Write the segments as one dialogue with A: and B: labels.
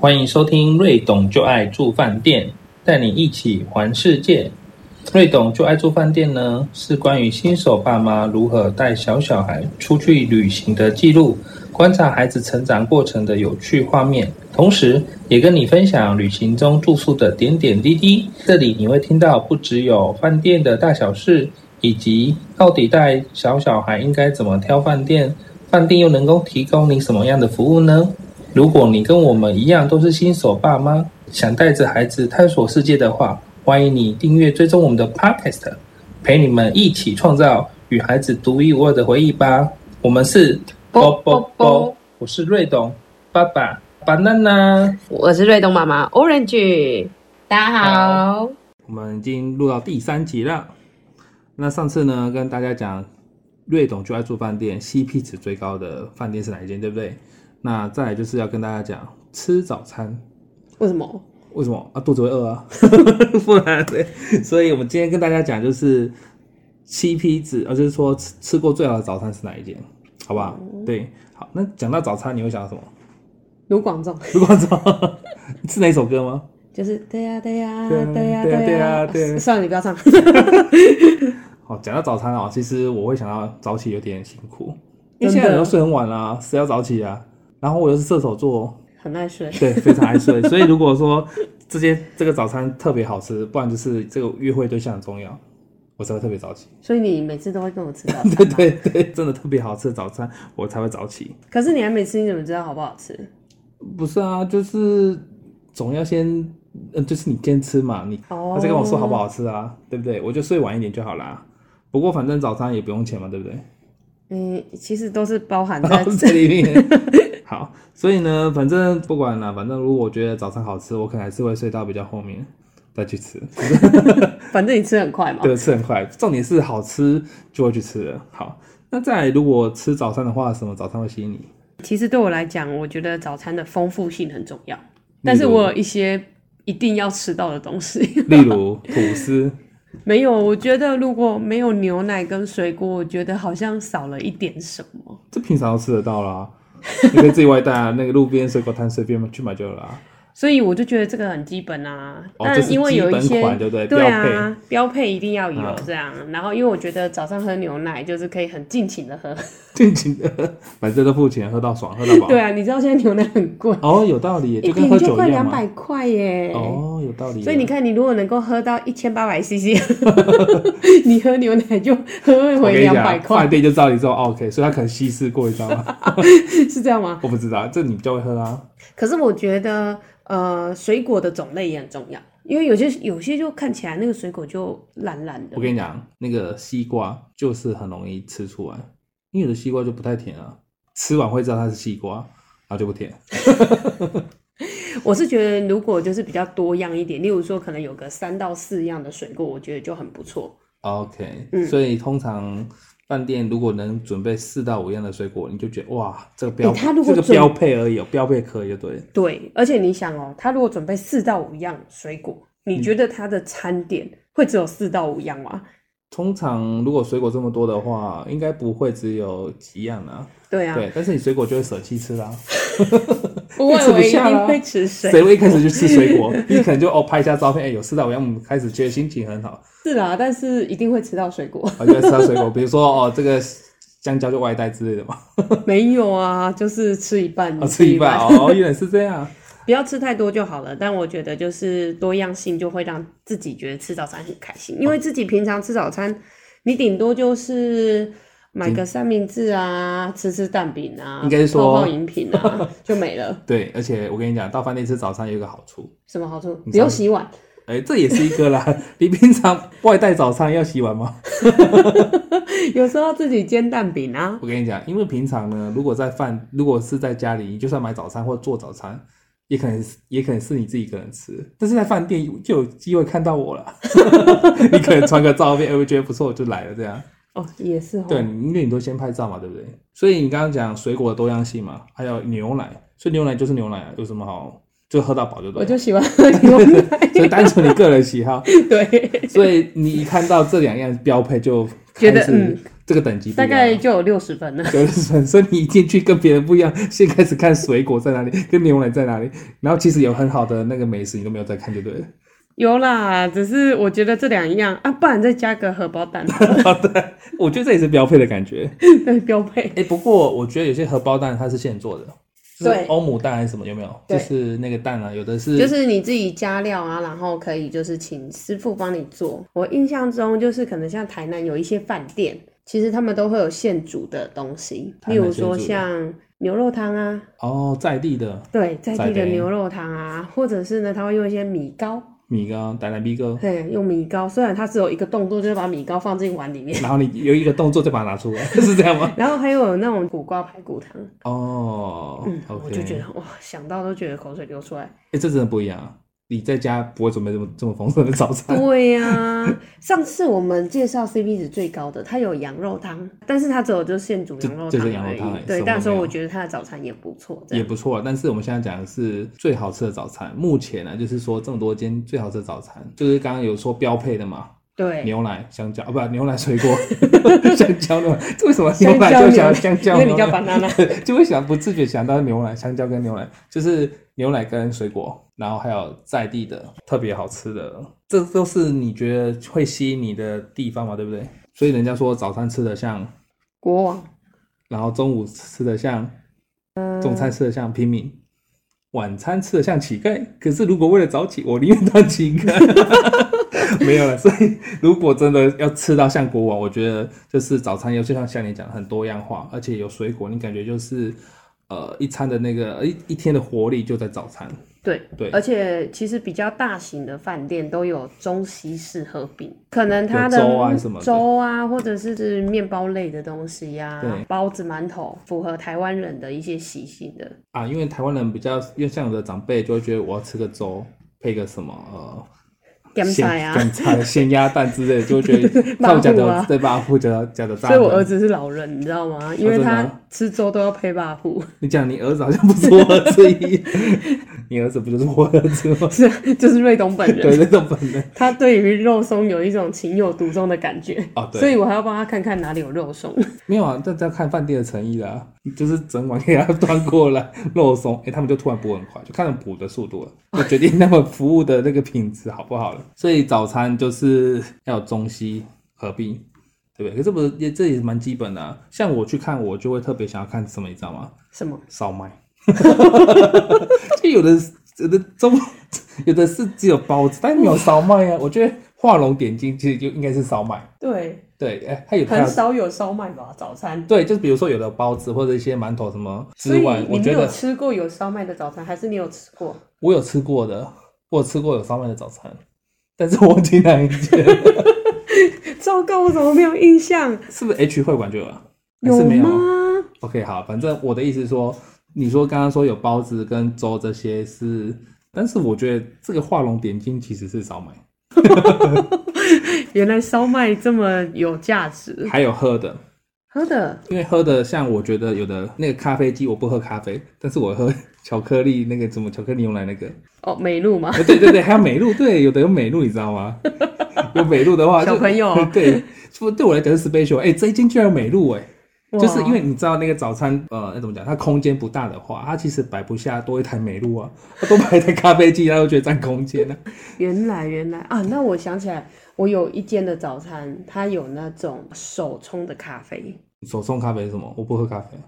A: 欢迎收听《瑞董就爱住饭店》，带你一起环世界。瑞董就爱住饭店呢，是关于新手爸妈如何带小小孩出去旅行的记录，观察孩子成长过程的有趣画面，同时也跟你分享旅行中住宿的点点滴滴。这里你会听到不只有饭店的大小事，以及到底带小小孩应该怎么挑饭店，饭店又能够提供你什么样的服务呢？如果你跟我们一样都是新手爸妈，想带着孩子探索世界的话，欢迎你订阅追踪我们的 Podcast，陪你们一起创造与孩子独一无二的回忆吧。我们是
B: 啵啵啵，
A: 我是瑞董爸爸 banana。
B: 我是瑞东妈妈 Orange，大家好。
A: 我们已经录到第三集了。那上次呢，跟大家讲瑞董就爱住饭店，CP 值最高的饭店是哪一间，对不对？那再来就是要跟大家讲吃早餐，
B: 为什么？
A: 为什么啊？肚子会饿啊， 不然对。所以我们今天跟大家讲就是七批子，啊，就是说吃吃过最好的早餐是哪一间，好不好？对，好。那讲到早餐，你会想到什么？
B: 卢广仲
A: 如果说 是哪一首歌吗？
B: 就是对呀对呀
A: 对啊
B: 对呀
A: 对啊对啊
B: 呀
A: 对啊
B: 算了，你 不要唱。
A: 哦，讲到早餐哦，其实我会想到早起有点辛苦，因为
B: 真的
A: 现在人都睡很晚啦、谁要早起啊？然后我又是射手座，
B: 很爱睡，
A: 对，非常爱睡。所以如果说这些这个早餐特别好吃，不然就是这个约会对象很重要，我才会特别早起。
B: 所以你每次都会跟我吃早
A: 对
B: 餐吗？
A: 对对，真的特别好吃的早餐，我才会早起。
B: 可是你还没吃，你怎么知道好不好吃？
A: 不是啊，就是总要先，嗯，就是你先吃嘛，你
B: 哦
A: 他再跟我说好不？好吃啊，对不对？我就睡晚一点就好啦。不过反正早餐也不用钱嘛，对不对？
B: 嗯，其实都是包 含
A: 然
B: 在
A: 后在里面。 好，所以呢，反正不管了，反正如果我觉得早餐好吃，我可能还是会睡到比较后面再去吃。
B: 反正你吃很快嘛。
A: 对，吃很快。重点是好吃就会去吃了。好，那再来，如果吃早餐的话，什么早餐会吸引你？
B: 其实对我来讲，我觉得早餐的丰富性很重要，但是我有一些一定要吃到的东西。
A: 例如吐司，
B: 没有，我觉得如果没有牛奶跟水果，我觉得好像少了一点什么。
A: 这平常都吃得到啦，你可以自己外带啊，那个路边水果摊随便去买就有啦。
B: 所以我就觉得这个很基本啊，
A: 哦这
B: 但
A: 是
B: 因为有一
A: 基本
B: 些
A: 款对 不对
B: 啊，标配一定要有
A: 啊
B: 这样。然后因为我觉得早上喝牛奶就是可以很尽情的喝，
A: 尽情的，反正都付钱，喝到爽，喝到饱。
B: 对啊，你知道现在牛奶很贵，
A: 哦，有道理耶，
B: 一
A: 跟喝
B: 瓶就
A: 酒
B: 快
A: 一样
B: 两
A: 嘛。
B: 百块耶。
A: 哦，有道理耶。
B: 所以你看，你如果能够喝到一千八 百 CC，你喝牛奶就喝
A: 我
B: 回
A: 跟你
B: 两百
A: 讲，饭
B: 块，
A: 店就照你这种 OK，所以他可能稀释过一招啊，
B: 是这样吗？
A: 我不知道，这你比较会喝啊。
B: 可是我觉得，呃，水果的种类也很重要，因为有些有些就看起来那个水果就烂烂的
A: 我。跟你讲，那个西瓜就是很容易吃出来，因为有的西瓜就不太甜啊，吃完会知道它是西瓜，然后就不甜。
B: 我是觉得，如果就是比较多样一点，例如说可能有个三到四样的水果，我觉得就很不错。
A: OK，、
B: 嗯
A: 所以通常饭店如果能准备四到五样的水果，你就觉得哇，这个标、
B: 欸它如果
A: 这个
B: 准
A: 标配而已哦，标配可以就对了。
B: 对，而且你想哦，他如果准备四到五样水果，你觉得他的餐点会只有四到五样吗？
A: 通常如果水果这么多的话，应该不会只有几样啊。
B: 对啊，
A: 对，但是你水果就会舍弃吃啦。
B: 不会，
A: 吃不
B: 我一
A: 下
B: 定
A: 啦
B: 会吃水。
A: 谁会一开始就吃啊水果？ 你可能就哦拍一下照片，哎、有四到五样，嗯开始觉得心情很好，
B: 是啦，但是一定会吃到水果。
A: 我就会吃到水果， 比如说哦这个香蕉就外带之类的嘛，
B: 没有啊，就是吃一半，
A: 哦吃一半哦，原来是这样。
B: 不要吃太多就好了。但我觉得就是多样性就会让自己觉得吃早餐很开心，因为
A: 哦
B: 自己平常吃早餐，你顶多就是买个三明治啊，吃吃蛋饼啊，
A: 嗯应该是说
B: 泡泡饮品啊， 就没了。
A: 对，而且我跟你讲，到饭店吃早餐有一个好处，
B: 什么好处？
A: 你
B: 不用洗碗，
A: 哎、这也是一个啦。 你平常外带早餐要洗碗吗？
B: 有时候自己煎蛋饼啊。
A: 我跟你讲，因为平常呢，如果在饭，如果是在家里，你就算买早餐或做早餐，也可能是也可能是你自己一个人吃，但是在饭店就有机会看到我了。 你可能传个照片，哎我觉得不错，我就来了这样。
B: 哦，也是哦。
A: 对，因为你都先拍照嘛，对不对？所以你刚刚讲水果的多样性嘛，还有牛奶，所以牛奶就是牛奶啊，有什么好就喝到饱就对
B: 我
A: 了。
B: 就喜 欢喝牛奶，
A: 所以单纯你个人喜好，
B: 对，
A: 所以你一看到这两样标配就
B: 觉得
A: 开始
B: 嗯
A: 这个等级不一
B: 大
A: 样
B: 概就有六十分了。
A: 有的 本身你一进去跟别人不一样，先开始看水果在哪里，跟牛奶在哪里，然后其实有很好的那个美食你都没有在看就对了。
B: 有啦，只是我觉得这两样啊，不然再加个荷包蛋，
A: 好的，我觉得这也是标配的感觉。
B: 对，标配。
A: 哎、不过我觉得有些荷包蛋它是现做的，就是
B: 对
A: 欧姆蛋还是什么有没有？就
B: 对
A: 是那个蛋啊，有的是
B: 就是你自己加料啊，然后可以就是请师傅帮你做。我印象中就是可能像台南有一些饭店，其实他们都会有现煮的东西，
A: 台南
B: 例如说
A: 现煮的
B: 像牛肉汤啊，
A: 哦在地的
B: 对，在地
A: 在
B: 的
A: 地
B: 牛肉汤啊，或者是呢，他会用一些米糕，
A: 米糕、奶奶米糕，
B: 对，用米糕。虽然它只有一个动作，就是把米糕放进碗里面，
A: 然后你有一个动作就把它拿出来， 是这样吗？
B: 然后还有那种苦瓜排骨汤，
A: 哦，
B: 嗯
A: o k
B: 我就觉得哇，想到都觉得口水流出来。
A: 哎、这真的不一样啊。你在家不会准备这么这么丰盛的早餐，
B: 对呀、上次我们介绍 CP 值最高的，它有羊肉汤，但是它只有就是现煮
A: 就
B: 羊肉
A: 就
B: 汤
A: 是羊
B: 而
A: 肉汤而已
B: 已。
A: 什
B: 对，
A: 么
B: 但
A: 都
B: 是
A: 没有
B: 我觉得它的早餐也不错，这
A: 也
B: 样
A: 不错。啊但是我们现在讲的是最好吃的早餐，目前呢、就是说这么多间最好吃的早餐，就是刚刚有说标配的嘛，
B: 对。
A: 牛奶、香蕉啊，不，牛奶水果， 香蕉 牛奶，这为什么牛奶就
B: 香蕉
A: 想
B: 牛奶
A: 香
B: 因
A: 蕉
B: 为你
A: 牛
B: 叫
A: 奶？
B: banana，
A: 就会想不自觉想到牛奶、香蕉跟牛奶，就是牛奶跟水果，然后还有在地的特别好吃的，这都是你觉得会吸引你的地方嘛，对不对？所以人家说早餐吃的像，
B: 国王
A: 然后中午吃的像，中餐吃的像平民，晚餐吃的像乞丐。可是如果为了早起，我宁愿当乞丐。 没有了，所以如果真的要吃到像国王，我觉得就是早餐，尤其像像你讲的很多样化，而且有水果，你感觉就是呃一餐的那个一一天的活力就在早餐。
B: 对
A: 对
B: 而且其实比较大型的饭店都有中西式合并，可能它的
A: 有粥啊什么的
B: 粥啊或者是是面包类的东西呀、
A: 对
B: 包子、馒头，符合台湾人的一些习性的。
A: 啊，因为台湾人比较，因为像有的长辈就会觉得我要吃个粥，配个什么呃
B: 咸
A: 咸
B: 菜啊，
A: 咸 菜、咸鸭蛋之类的，就会觉得他们讲
B: 肉
A: 的
B: 啊
A: 对吧？或者讲的炸
B: 所以我
A: 的
B: 儿子是老人，你知道吗？因
A: 哦
B: 为
A: 真的
B: 他
A: 啊
B: 吃粥都要配霸户，？
A: 你讲你儿子好像不是我儿子一样， 你儿子不就是我儿子吗
B: 是 就是瑞东本
A: 对，
B: 人，
A: 那种本人
B: 他对于肉松有一种情有独钟的感觉，
A: 哦，对，
B: 所以我还要帮他看看哪里有 肉松。
A: 没有啊，这这要看饭店的诚意啦、就是整碗给他端过来肉松，哎、他们就突然补很快，就看补的速度了，就决定他们服务的那个品质好不好了。所以早餐就是要有中西合并，对不对？可是不是也这也蛮基本的、啊，像我去看，我就会特别想要看什么，你知道吗？
B: 什么？
A: 烧麦， 就有的有的中有的是只有包子，但没有烧麦啊。我觉得画龙点睛其实就应该是烧麦，
B: 对，
A: 对，哎、它有它有
B: 少有烧麦吧，早餐。
A: 对，就是比如说有的包子或者一些馒头什么之外，我觉得
B: 吃过有烧麦的早餐，还是你有吃过？
A: 我有吃过的，我有吃过有烧麦的早餐，但是我竟然
B: 糟糕，我怎么没有印象？
A: 是不是 H 会馆就有啊？还是
B: 有
A: 没有啊
B: 吗？
A: ？OK，好，反正我的意思是说，你说刚刚说有包子跟粥这些是，但是我觉得这个画龙点睛其实是烧麦。
B: 原来烧麦这么有价值。
A: 还有喝的，
B: 喝的
A: 因为喝的像我觉得有的那个咖啡机，我不喝咖啡，但是我喝 巧克力那个什么巧克力牛奶那个，
B: 哦，美露吗？
A: 哎对对对，还有美露，对，有的有美露，你知道吗？ 有美露的话，啊就
B: 小 朋友
A: 对，说对我来讲是 special，哎、这一间居然有美露、哎。
B: 哇
A: 就是因为你知道那个早餐，呃，那怎么讲？它空间不大的话，它其实摆不下多一台美露啊，它多摆一台咖啡机，它就觉得占空间啊了、
B: 原来原来啊，那我想起来，我有一间的早餐，它有那种手冲的咖啡，
A: 手冲咖啡是什么？我不喝咖啡、啊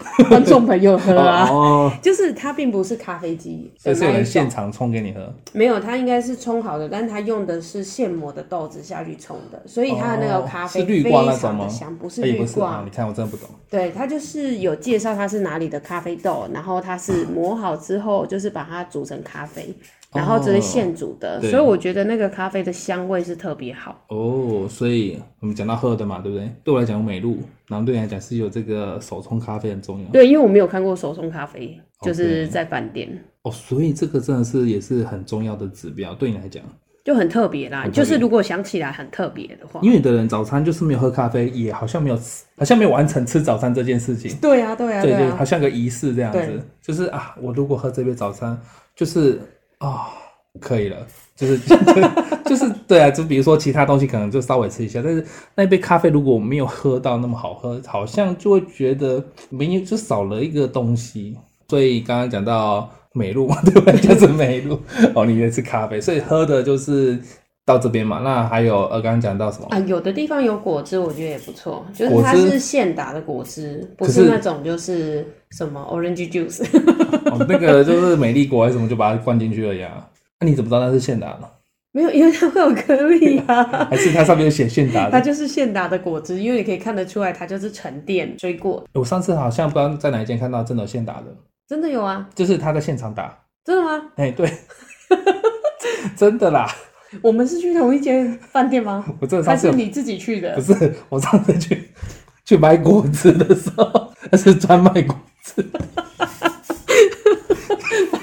B: 观众朋友喝啊。
A: 哦，
B: 就是它并不是咖啡机
A: 所
B: 的
A: 以是有
B: 那
A: 人
B: 一
A: 现
B: 种，
A: 场冲给你喝。
B: 没有，它应该是冲好的，但是它用的是现磨的豆子下去冲的，所以它的那
A: 哦
B: 个咖啡
A: 是绿
B: 非
A: 挂那种
B: 常
A: 吗
B: 的香，不是
A: 哎也
B: 绿
A: 不是啊
B: 挂，
A: 你，看我真的不懂。
B: 对，它就是有介绍它是哪里的咖啡豆，然后它是磨好之后就是把它煮成咖啡，然后这是现煮的，
A: 哦对
B: 所以我觉得那个咖啡的香味是特别好。
A: 哦，所以我们讲到喝的嘛，对不对？对我来讲有美露，然后对你来讲是有这个手冲咖啡很重要。
B: 对，因为我没有看过手冲咖啡，就
A: OK
B: 是在饭店
A: 哦，所以这个真的是也是很重要的指标，对你来讲，
B: 就很特别啦。
A: 很特别
B: 就是如果想起来很特别的话，
A: 因为有的人早餐就是没有喝咖啡，也好像没有吃，好像没有完成吃早餐这件事情，
B: 对啊，对啊，
A: 对
B: 啊，
A: 对，好像个仪式这样
B: 对
A: 子，就是啊，我如果喝这杯早餐，就是啊。可以了，就是 就是对啊，就比如说其他东西可能就稍微吃一下，但是那杯咖啡如果我没有喝到那么好喝，好像就会觉得没有就少了一个东西。所以刚刚讲到美露嘛， 对吧？就是美露哦，你也是咖啡，所以喝的就是到这边嘛。那还有呃，刚刚讲到什么？
B: 啊，有的地方有果汁，我觉得也不错，就是
A: 果
B: 它
A: 汁
B: 是现打的果汁，不
A: 可
B: 是
A: 是
B: 那种就是什么 orange juice。
A: 哦，那个就是美丽果还是什么，就把它灌进去了呀。啊那、你怎么知道那是现打的？
B: 没有，因为它会有颗粒 啊。
A: 还是它上面有写现打
B: 它
A: 的？
B: 就是现打的果汁，因为你可以看得出来，它就是沉淀水果，
A: 我上次好像不知道在哪一间看到真的有现打的，
B: 真的有啊，
A: 就是他在现场打。
B: 真的吗？
A: 哎、对， 真的啦，
B: 我们是去同一间饭店吗？
A: 我真的
B: 还
A: 上次
B: 是
A: 有
B: 你自己去的
A: 不？是我上次去去买果汁的时候，那是专卖果汁。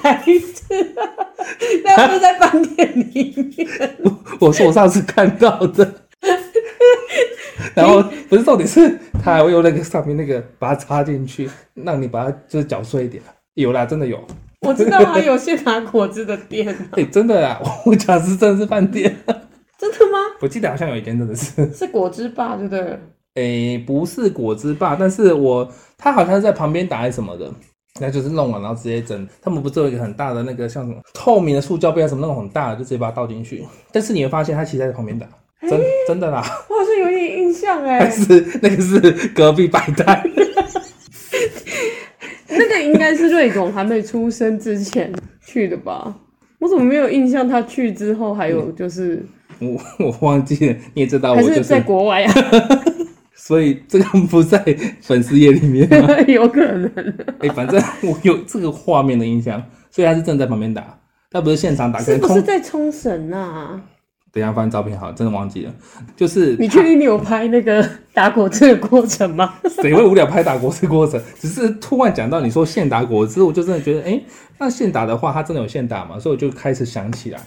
B: 白痴啊！ 那不是在饭店里面，
A: 我说我上次看到的。 然后不是重点是，他还会用那个上面那个把它插进去，让你把它就是搅碎一点。有啦，真的有，
B: 我知道还有现打果汁的店，
A: 哎、真的啦，我讲的是真的是饭店，
B: 真的吗？
A: 我记得好像有一间真的是，
B: 是果汁吧，对不对？
A: 诶、不是果汁吧，但是我他好像是在旁边打还是什么的，那就是弄完然后直接整。他们不是有一个很大的那个像什么透明的塑胶杯啊还是什么那种很大的，就直接把它倒进去。但是你会发现他其实在旁边打，真真的啦，
B: 我好像有点印象哎
A: 但，是那个是隔壁摆摊，
B: 那个应该是瑞总还没出生之前去的吧？我怎么没有印象？他去之后还有就是，
A: 我我忘记了，你也知嗯道我
B: 还
A: 就是
B: 在
A: 是，
B: 国 外啊？
A: 所以这个不在粉丝页里面吗？
B: 有可能
A: 哎、反正我有这个画面的印象，所以他是真的在旁边打，他不是现场打，可
B: 是
A: 能
B: 不
A: 空
B: 是。在冲绳啊？
A: 等一下翻照片好了，真的忘记了，就是
B: 你
A: 他
B: 确定你有拍那个打果汁的过 程吗？
A: 谁会无聊拍打果汁过程？只是突然讲到你说现打果汁，我就真的觉得，哎、那现打的话，它真的有现打吗？所以我就开始想起来，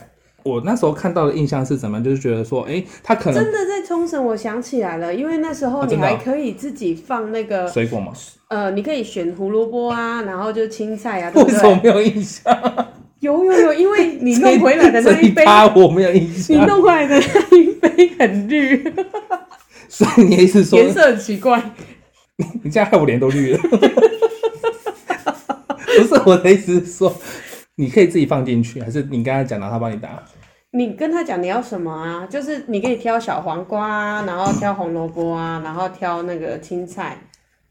A: 我那时候看到的印象是怎么样，就是觉得说，哎、它可能
B: 真的在冲绳，我想起来了，因为那时候
A: 啊
B: 你
A: 真的啊
B: 还可以自己放那个，
A: 水果嘛，
B: 呃，你可以选胡萝卜啊，然后就青菜啊，对
A: 为
B: 不
A: 什么
B: 对？
A: 没有印象？
B: 有有有，因为 你弄回来的那 一杯，
A: 趴我没有印
B: 你
A: 象，
B: 弄回来的那一杯很绿，
A: 所以你的意思说，
B: 颜色很奇怪。
A: 你这样害我脸都绿了。 不是我的意思是说，你可以自己放进去，还是你刚才讲到他帮你打？
B: 你跟他讲你要什么啊？就是你可以挑小黄瓜啊，然后挑红萝卜啊，然后挑那个青菜，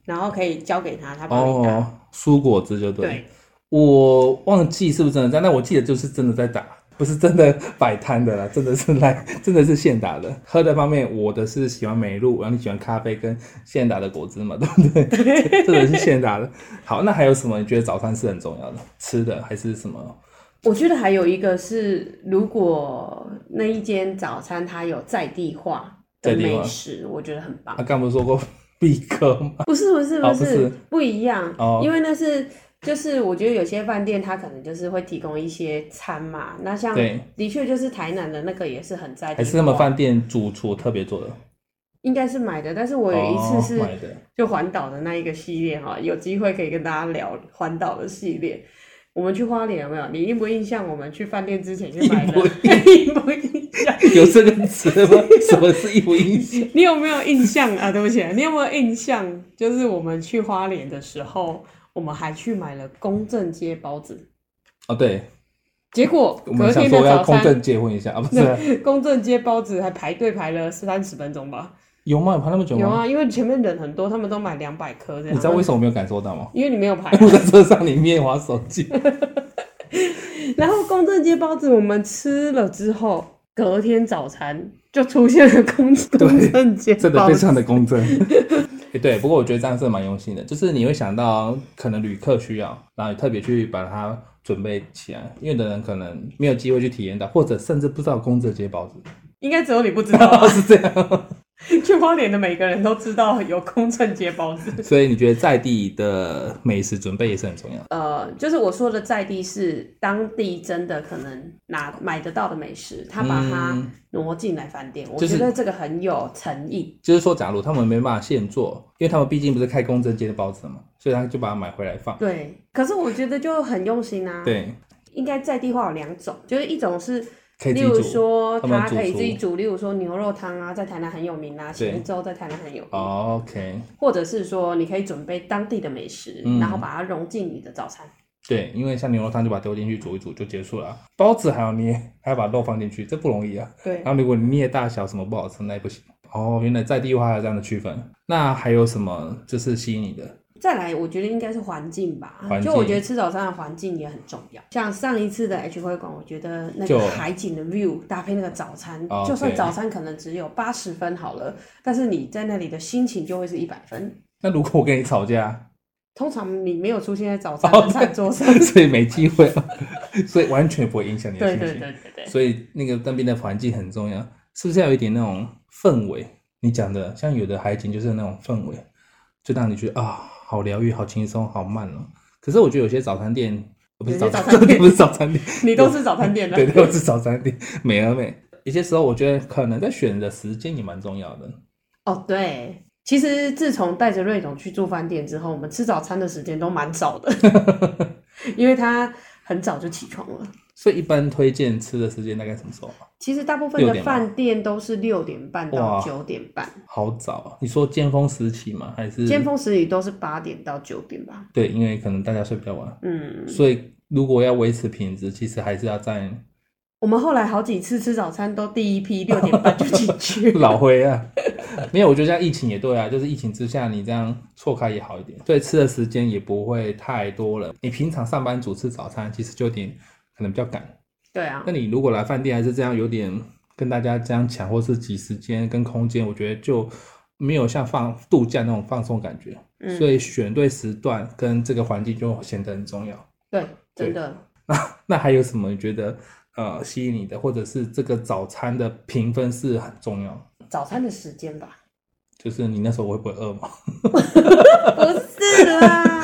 B: 然后可以交给他，他帮你打。
A: 哦，蔬果汁就对。
B: 对，
A: 我忘记是不是真的在，但我记得就是真的在打，不是真的摆摊的啦，真的是来， 真的是现打的。喝的方面，我的是喜欢美露，然后你喜欢咖啡跟现打的果汁嘛，对 不 对？这个是现打的。好，那还有什么？你觉得早餐是很重要的？吃的还是什么？
B: 我觉得还有一个是，如果那一间早餐它有在地化的
A: 在地
B: 美
A: 化
B: 食，我觉得很棒
A: 他。刚不是说过 必哥吗？
B: 不是不是
A: 哦
B: 不
A: 不
B: 是
A: 是
B: 不一样
A: 哦，
B: 因为那是就是我觉得有些饭店它可能就是会提供一些餐嘛，那像
A: 对
B: 的确就是台南的那个也是很在地化，
A: 还是他们饭店主厨特别做的？
B: 应该是买的，但是我有一次是
A: 哦、买的，
B: 就环岛的那一个系列哈，有机会可以跟大家聊环岛的系列。我们去花莲有没有？你印不印象？我们去饭店之前去买的， 印不印象？
A: 有这个词吗？ 什么是一不一样？
B: 你有没有印象啊？对不起，你有没有印象？就是我们去花莲的时候，我们还去买了公正街包子，
A: 哦，对，
B: 结果
A: 我
B: 隔
A: 们想
B: 天
A: 说
B: 的
A: 要
B: 早
A: 公
B: 餐，
A: 正结婚一下啊，不是啊、
B: 对，公正街包子还排队排了三十分钟吧？
A: 有吗？有排那么久吗？
B: 有啊，因为前面人很多，他们都买两百颗这样。
A: 你知道为什么我没有感受到吗？。
B: 因为你没有 排啊
A: 我在车上里面玩手机，
B: 然后公正街包子我们吃了之后，隔天早餐就出现了公公正 街
A: 真的
B: 包
A: 非
B: 子。
A: 常的公 正。欸对，不过我觉得这样是蛮用心的，就是你会想到可能旅客需要，然后你特别去把它准备起来，因为有的人可能没有机会去体验到，或者甚至不知道公正街包子
B: 应该只有你不知道吧？
A: 是这样。
B: 去花莲的每个人都知道有公正街包子。
A: 所以你觉得在地的美食准备也是很重要的。
B: 呃，就是我说的在地是当地真的可能拿买得到的美食，他把它
A: 嗯
B: 挪进来饭店，
A: 就是
B: 我觉得这个很有诚意。
A: 就是说，假如他们没办法现做，因为他们毕竟不是开公正街的包子嘛，所以他就把它买回来放。
B: 对，可是我觉得就很用心啊。，
A: 对，
B: 应该在地化有两种，就是一种是
A: 可以自
B: 例
A: 己
B: 如
A: 煮
B: 说，
A: 他们
B: 它可以
A: 煮
B: 自己煮，例如说牛肉汤啊，在台南很有名啊，
A: 对
B: 咸粥在台南很有名，
A: 哦，OK，
B: 或者是说你可以准备当地的美食，
A: 嗯
B: 然后把它融进你的早餐。
A: 对，因为像牛肉汤就把它丢进去煮一煮就结束了，啊包子还要捏，还要把肉放进去，这不容易啊。
B: 对
A: 然后如果你捏大小什么不好吃，那也不行。哦，原来在地化还有这样的区分。那还有什么就是吸引你的？
B: 再来，我觉得应该是环境吧，
A: 环境
B: 就我觉得吃早餐的环境也很重要。像上一次的 H 会馆，我觉得那
A: 就
B: 个海景的 view 搭配那个早餐，
A: 哦
B: 就算
A: 对
B: 早餐可能只有八十分好了，但是你在那里的心情就会是一百分。
A: 那如果我跟你吵架，
B: 通常你没有出现在早餐
A: 哦
B: 的餐 桌上，
A: 所以没机会了， 所以完全不会影响你的
B: 对
A: 心情。
B: 对对对 对，
A: 所以那个那边的环境很重要，是不是要有一点那种氛围？你讲的像有的海景就是那种氛围，就让你觉得啊，好疗愈，好轻松，好慢哦。可是我觉得有些早餐店，呃不是
B: 有些
A: 餐
B: 早餐店
A: 不是早餐店，
B: 你都是早餐店的，
A: 对，都是早餐店，美而美。有些时候我觉得可能在选的时间也蛮重要的。
B: 哦，对，其实自从带着瑞总去住饭店之后，我们吃早餐的时间都蛮早 的，因为他很早就起床了。
A: 所以一般推荐吃的时间大概什么时候啊？
B: 其实大部分
A: 6
B: 的
A: 点吗
B: 饭店都是六点半
A: 哇
B: 到九点半，
A: 好早啊！你说尖峰时期吗？还是
B: 尖？峰时期都是八点到九点吧。
A: 对，因为可能大家睡比较晚，
B: 嗯，
A: 所以如果要维持品质，其实还是要在
B: 我们后来好几次吃早餐都第一批六点半就进去了。
A: 老灰啊，没有，我觉得像疫情也对啊，就是疫情之下你这样错开也好一点，对吃的时间也不会太多了。你平常上班族吃早餐其实就有点可能比较赶，
B: 对啊
A: 那，你如果来饭店还是这样有点跟大家这样抢，或是挤时间跟空间，我觉得就没有像放度假那种放松感觉。
B: 嗯
A: 所以选对时段跟这个环境就显得很重要。
B: 对，
A: 对
B: 真的。
A: 那还有什么你觉得呃吸引你的，或者是这个早餐的评分是很重要？
B: 早餐的时间吧，
A: 就是你那时候会不会饿吗？
B: 不是 啦，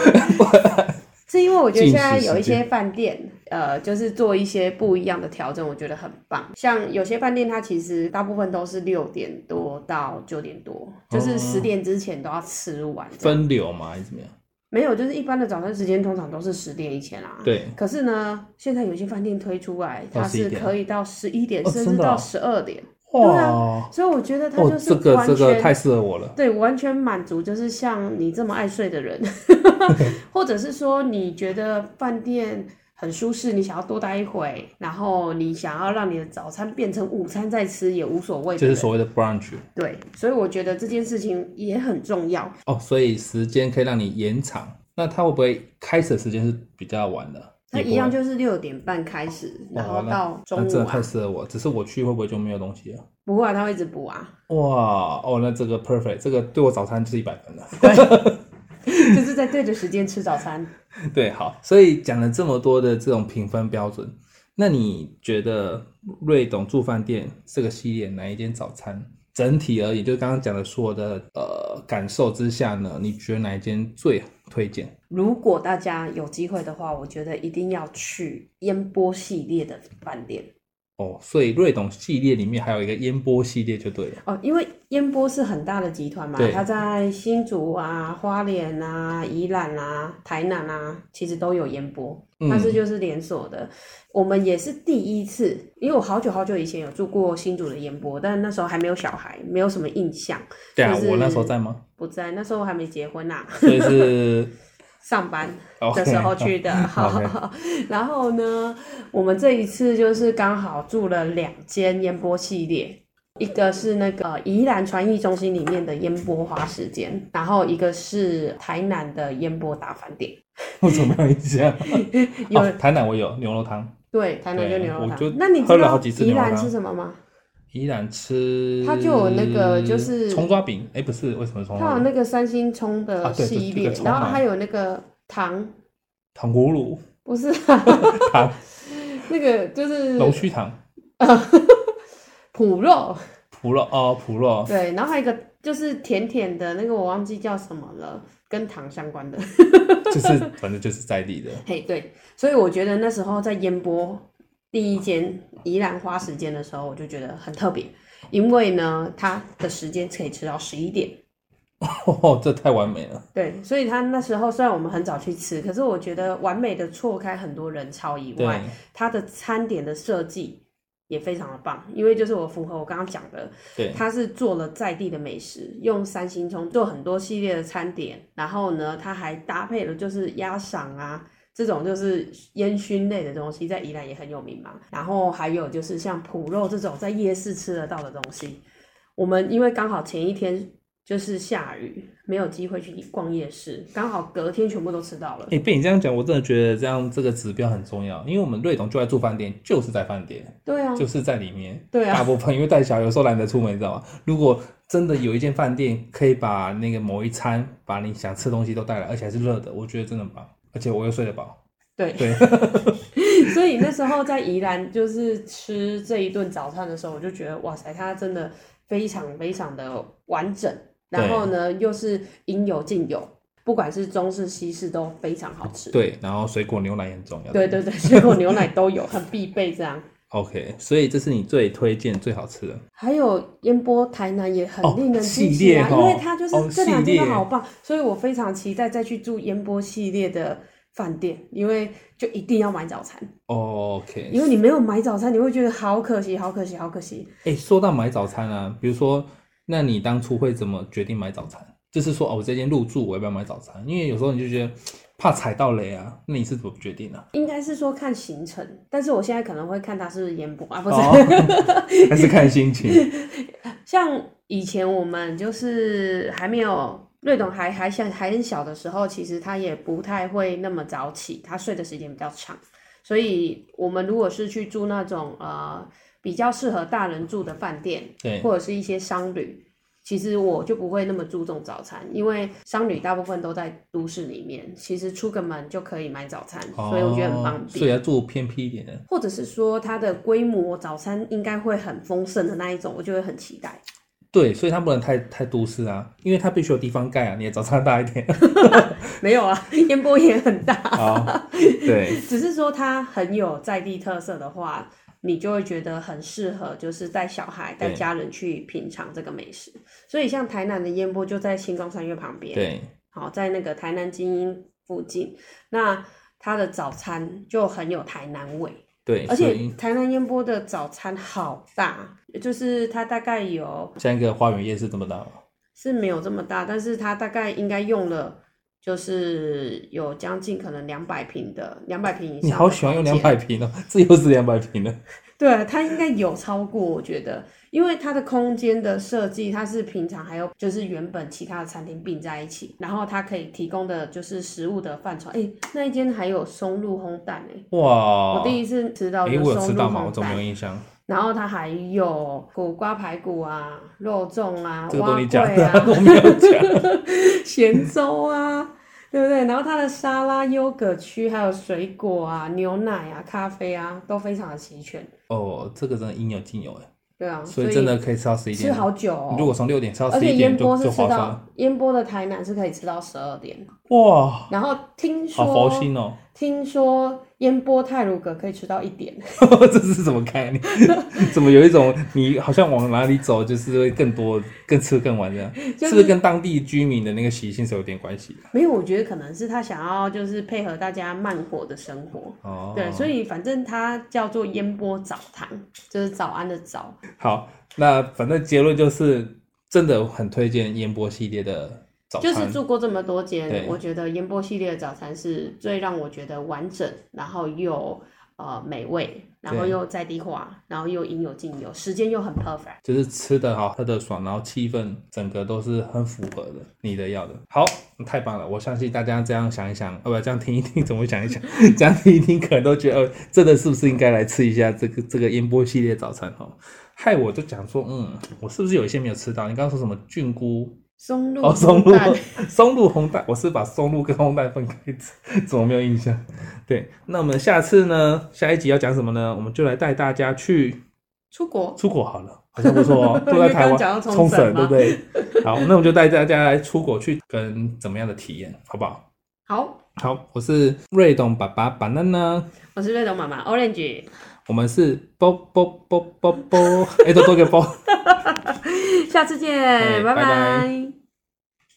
B: 是因为我觉得现在有一
A: 进食时
B: 些饭店，呃，就是做一些不一样的调整，我觉得很棒。像有些饭店，它其实大部分都是六点多到九点多，就是十点之前都要吃完这样。
A: 哦分流吗？还是怎么样？
B: 没有，就是一般的早餐时间通常都是十点以前啦。。
A: 对，
B: 可是呢，现在有些饭店推出来，
A: 到
B: 它是
A: 11点
B: 可以到十一点，
A: 哦
B: 甚
A: 真
B: 至
A: 的哦
B: 到十二点，对啊
A: 哇，
B: 所以我觉得它就
A: 哦，
B: 是
A: 这个
B: 完
A: 这
B: 全
A: 个太适合我了。
B: 对，完全满足，就是像你这么爱睡的人， 或者是说你觉得饭店很舒适，你想要多待一会，然后你想要让你的早餐变成午餐再吃也无所谓的
A: 就
B: 人，
A: 是所谓的 brunch
B: 对，所以我觉得这件事情也很重要。
A: 哦，所以时间可以让你延长。那它会不会开始的时间是比较晚的？
B: 那
A: 也不
B: 一样
A: 会
B: 就是六点半开始，然
A: 哇
B: 后
A: 那
B: 到中
A: 那真
B: 午
A: 的太
B: 啊，
A: 适合我，只是我去会不会就没有东西了？
B: 不会啊，他会一直补啊，
A: 哇，哦，那这个 perfect，这个对我早餐就是一百分了。
B: 就是在对的时间吃早餐。
A: 对，好，所以讲了这么多的这种评分标准，那你觉得瑞董住饭店这个系列哪一间早餐整体而言，就刚刚讲的所有的呃感受之下呢，你觉得哪一间最推荐？
B: 如果大家有机会的话，我觉得一定要去烟波系列的饭店。
A: 哦，所以瑞董系列里面还有一个烟波系列就对了。
B: 哦，因为烟波是很大的集团嘛
A: 对，
B: 它在新竹啊、花莲啊、宜兰啊、台南啊，其实都有烟波，
A: 嗯
B: 它是就是连锁的。我们也是第一次，因为我好久好久以前有住过新竹的烟波，但那时候还没有小孩，没有什么印象，
A: 对啊，
B: 就是
A: 我那时候在吗？
B: 不在那时候我还没结婚呐、啊，
A: 所以 是
B: 上班
A: OK，
B: 的时候去的。好
A: OK
B: 然后呢，我们这一次就是刚好住了两间烟波系列，一个是那个呃宜兰传艺中心里面的烟波花时间，然后一个是台南的烟波大饭店。
A: 我怎么样一 下？
B: 有、
A: 哦，台南我有牛肉汤，
B: 对台南就
A: 对
B: 牛肉
A: 我就
B: 汤，那你
A: 喝
B: 知
A: 了好
B: 道
A: 几次
B: 宜
A: 牛肉
B: 兰
A: 汤
B: 吃什么吗？
A: 宜兰吃，
B: 它就有那个就是
A: 葱抓饼，哎，不是，为什么是葱
B: 它
A: 抓
B: 有
A: 饼？
B: 那个三星葱
A: 啊
B: 的
A: 对这
B: 系
A: 这
B: 列，
A: 个葱
B: 然后
A: 嘛
B: 还有那个糖，
A: 糖葫芦
B: 不是、啊、
A: 糖，
B: 那个就是
A: 龙须糖，
B: 脯肉。
A: 普肉哦，普 肉，
B: 对，然后还有一个就是甜甜的那个，我忘记叫什么了，跟糖相关的。
A: 就是反正就是在地的。
B: 嘿，对，所以我觉得那时候在烟波第一间宜兰花时间的时候，我就觉得很特别，因为呢，它的时间可以吃到十一点，
A: 哦，这太完美了。
B: 对，所以他那时候虽然我们很早去吃，可是我觉得完美的错开很多人潮以
A: 对
B: 外，它的餐点的设计也非常的棒，因为就是我符合我刚刚讲的，
A: 对，
B: 它是做了在地的美食，用三星葱做很多系列的餐点，然后呢，它还搭配了就是鸭赏啊这种就是烟熏类的东西，在宜兰也很有名嘛。然后还有就是像脯肉这种在夜市吃得到的东西，我们因为刚好前一天就是下雨，没有机会去逛夜市，刚好隔天全部都吃到了。
A: 哎，被你这样讲，我真的觉得这样这个指标很重要，因为我们瑞董就在住饭店，就是在饭店，
B: 对啊，
A: 就是在里面。
B: 对
A: 大
B: 啊，
A: 部分因为带小，有时候懒得出门，你知道吗？如果真的有一间饭店可以把那个某一餐把你想吃的东西都带来，而且还是热的，我觉得真的很棒，而且我又睡得饱。
B: 对。
A: 对，
B: 所以那时候在宜兰，就是吃这一顿早餐的时候，我就觉得哇塞，它真的非常非常的完整，然后呢又是应有尽有，不管是中式西式都非常好吃。
A: 对，然后水果牛奶也很重要。
B: 对对对，水果牛奶都有，很必备这样。
A: ，OK，所以这是你最推荐最好吃的。
B: 还有烟波台南也很令
A: 哦
B: 人惊
A: 系
B: 喜
A: 列
B: 啊，
A: 哦
B: 因为它就
A: 哦
B: 是这两间
A: 系
B: 都
A: 列
B: 好棒，所以我非常期待再去住烟波系列的饭店，因为就一定要买早餐，
A: OK，
B: 因为你没有买早餐，你会觉得好可惜，好可惜，好可惜。
A: 哎、说到买早餐啊，比如说，那你当初会怎么决定买早餐？就是说，哦，我这间入住，我要不要买早餐？因为有时候你就觉得怕踩到雷啊，那你是怎么决定的、啊？
B: 应该是说看行程，但是我现在可能会看它是不是烟波啊，不是。
A: 哦 还是看心情。
B: 像以前我们就是还没有瑞董还还像还很小的时候，其实他也不太会那么早起，他睡的时间比较长，所以我们如果是去住那种呃比较适合大人住的饭店，
A: 对，
B: 或者是一些商旅，其实我就不会那么注重早餐，因为商旅大部分都在都市里面，其实出个门就可以买早餐，所以我觉得很方
A: 哦
B: 便。
A: 所以要住偏僻一点的。
B: 或者是说它的规模早餐应该会很丰盛的那一种，我就会很期待。
A: 对，所以它不能太太都市啊，因为它必须有地方盖啊，你的早餐大一 点。
B: 没有啊， 烟波也很大，
A: 好，对，
B: 只是说它很有在地特色的话，你就会觉得很适合，就是带小孩、带
A: 对
B: 家人去品尝这个美食。所以像台南的烟波就在星光三月旁边，
A: 对，
B: 好，在那个台南精英附近，那它的早餐就很有台南味。
A: 对，
B: 而
A: 哎所
B: 且
A: 以
B: 台南烟波的早餐好大，就是它大概有
A: 像一个花园夜市这么大吗？
B: 是没有这么大，但是它大概应该用了，就是有将近可能两百平的，两百平以上。
A: 你好喜欢用两？百平哦， 这又是两百平的。
B: 对，它应该有超过，我觉得，因为它的空间的设计，它是平常还有就是原本其他的餐厅并在一起，然后它可以提供的就是食物的范畴。哎、那一间还有松露烘蛋哎、
A: 哇，
B: 我第一次吃到
A: 哦诶
B: 有
A: 我有
B: 松
A: 吃
B: 露
A: 到吗？我
B: 烘
A: 怎么没有
B: 蛋，
A: 印象？
B: 然后它还有苦瓜排骨啊、肉粽啊、
A: 这个 都你讲
B: 蛙
A: 的
B: 粿
A: 啊
B: 啊，
A: 我没有讲。
B: 咸粥啊， 对不对？然后它的沙拉、优格区，还有水果啊、牛奶啊、咖啡啊，都非常的齐全。
A: 哦，这个真的应有尽有哎，
B: 对啊，
A: 所
B: 所
A: 以真的可以吃到十一
B: 吃
A: 点。
B: 好久哦。
A: 如果从六点吃到
B: 而
A: 十
B: 且
A: 一
B: 烟
A: 点
B: 波
A: 就是就
B: 吃
A: 划算
B: 到
A: 了。
B: 烟波的台南是可以吃到十二点，
A: 哇，
B: 然后听
A: 好佛
B: 说
A: 心哦，
B: 听说烟波泰鲁阁可以吃到一点，
A: 这是什么概念？ 怎么有一种你好像往哪里走就是会更多、更吃、更玩这样？
B: 就是
A: 不是跟当地居民的那个习性是有点关系的？
B: 没有，我觉得可能是他想要就是配合大家慢活的生活。
A: 哦，
B: 对，所以反正它叫做烟波早堂，就是早安的早。
A: 好，那反正结论就是真的很推荐烟波系列的早
B: 就
A: 餐，
B: 是住过这么多
A: 对
B: 间，我觉得烟波系列的早餐是最让我觉得完整，然后又呃美味，然后
A: 对
B: 又在地化，然后又应有尽有，时间又很 perfect。
A: 就是吃的好，喝的爽，然后气氛整个都是很符合的你的要的。好，太棒了！我相信大家这样想一想，呃，不，这样听一听，怎么想一 想，这样听一听，可能都觉得，呃，真的是不是应该来吃一下这个这个烟波系列早餐哦？害我就讲说，嗯，我是不是有一些没有吃到？你刚刚说什么菌菇？
B: 松露
A: 哦，松露
B: 蛋，
A: 松露烘蛋，我是把松露跟烘蛋分开吃，怎么没有印象？对，那我们下次呢，下一集要讲什么呢？我们就来带大家去
B: 出国
A: 出国好了，好像不错 哦，都在台
B: 因为刚刚
A: 湾
B: 讲到
A: 冲
B: 冲
A: 绳，对
B: 绳嘛
A: 不对？好，那我们就带大家来出国去跟怎么样的体验，好不好？
B: 好，
A: 好，我是瑞董爸爸 banana，
B: 我是瑞董妈妈 Orange，
A: 我们是啵啵啵啵啵，哎，多多个啵。
B: 下次见，
A: 哎拜拜
B: 拜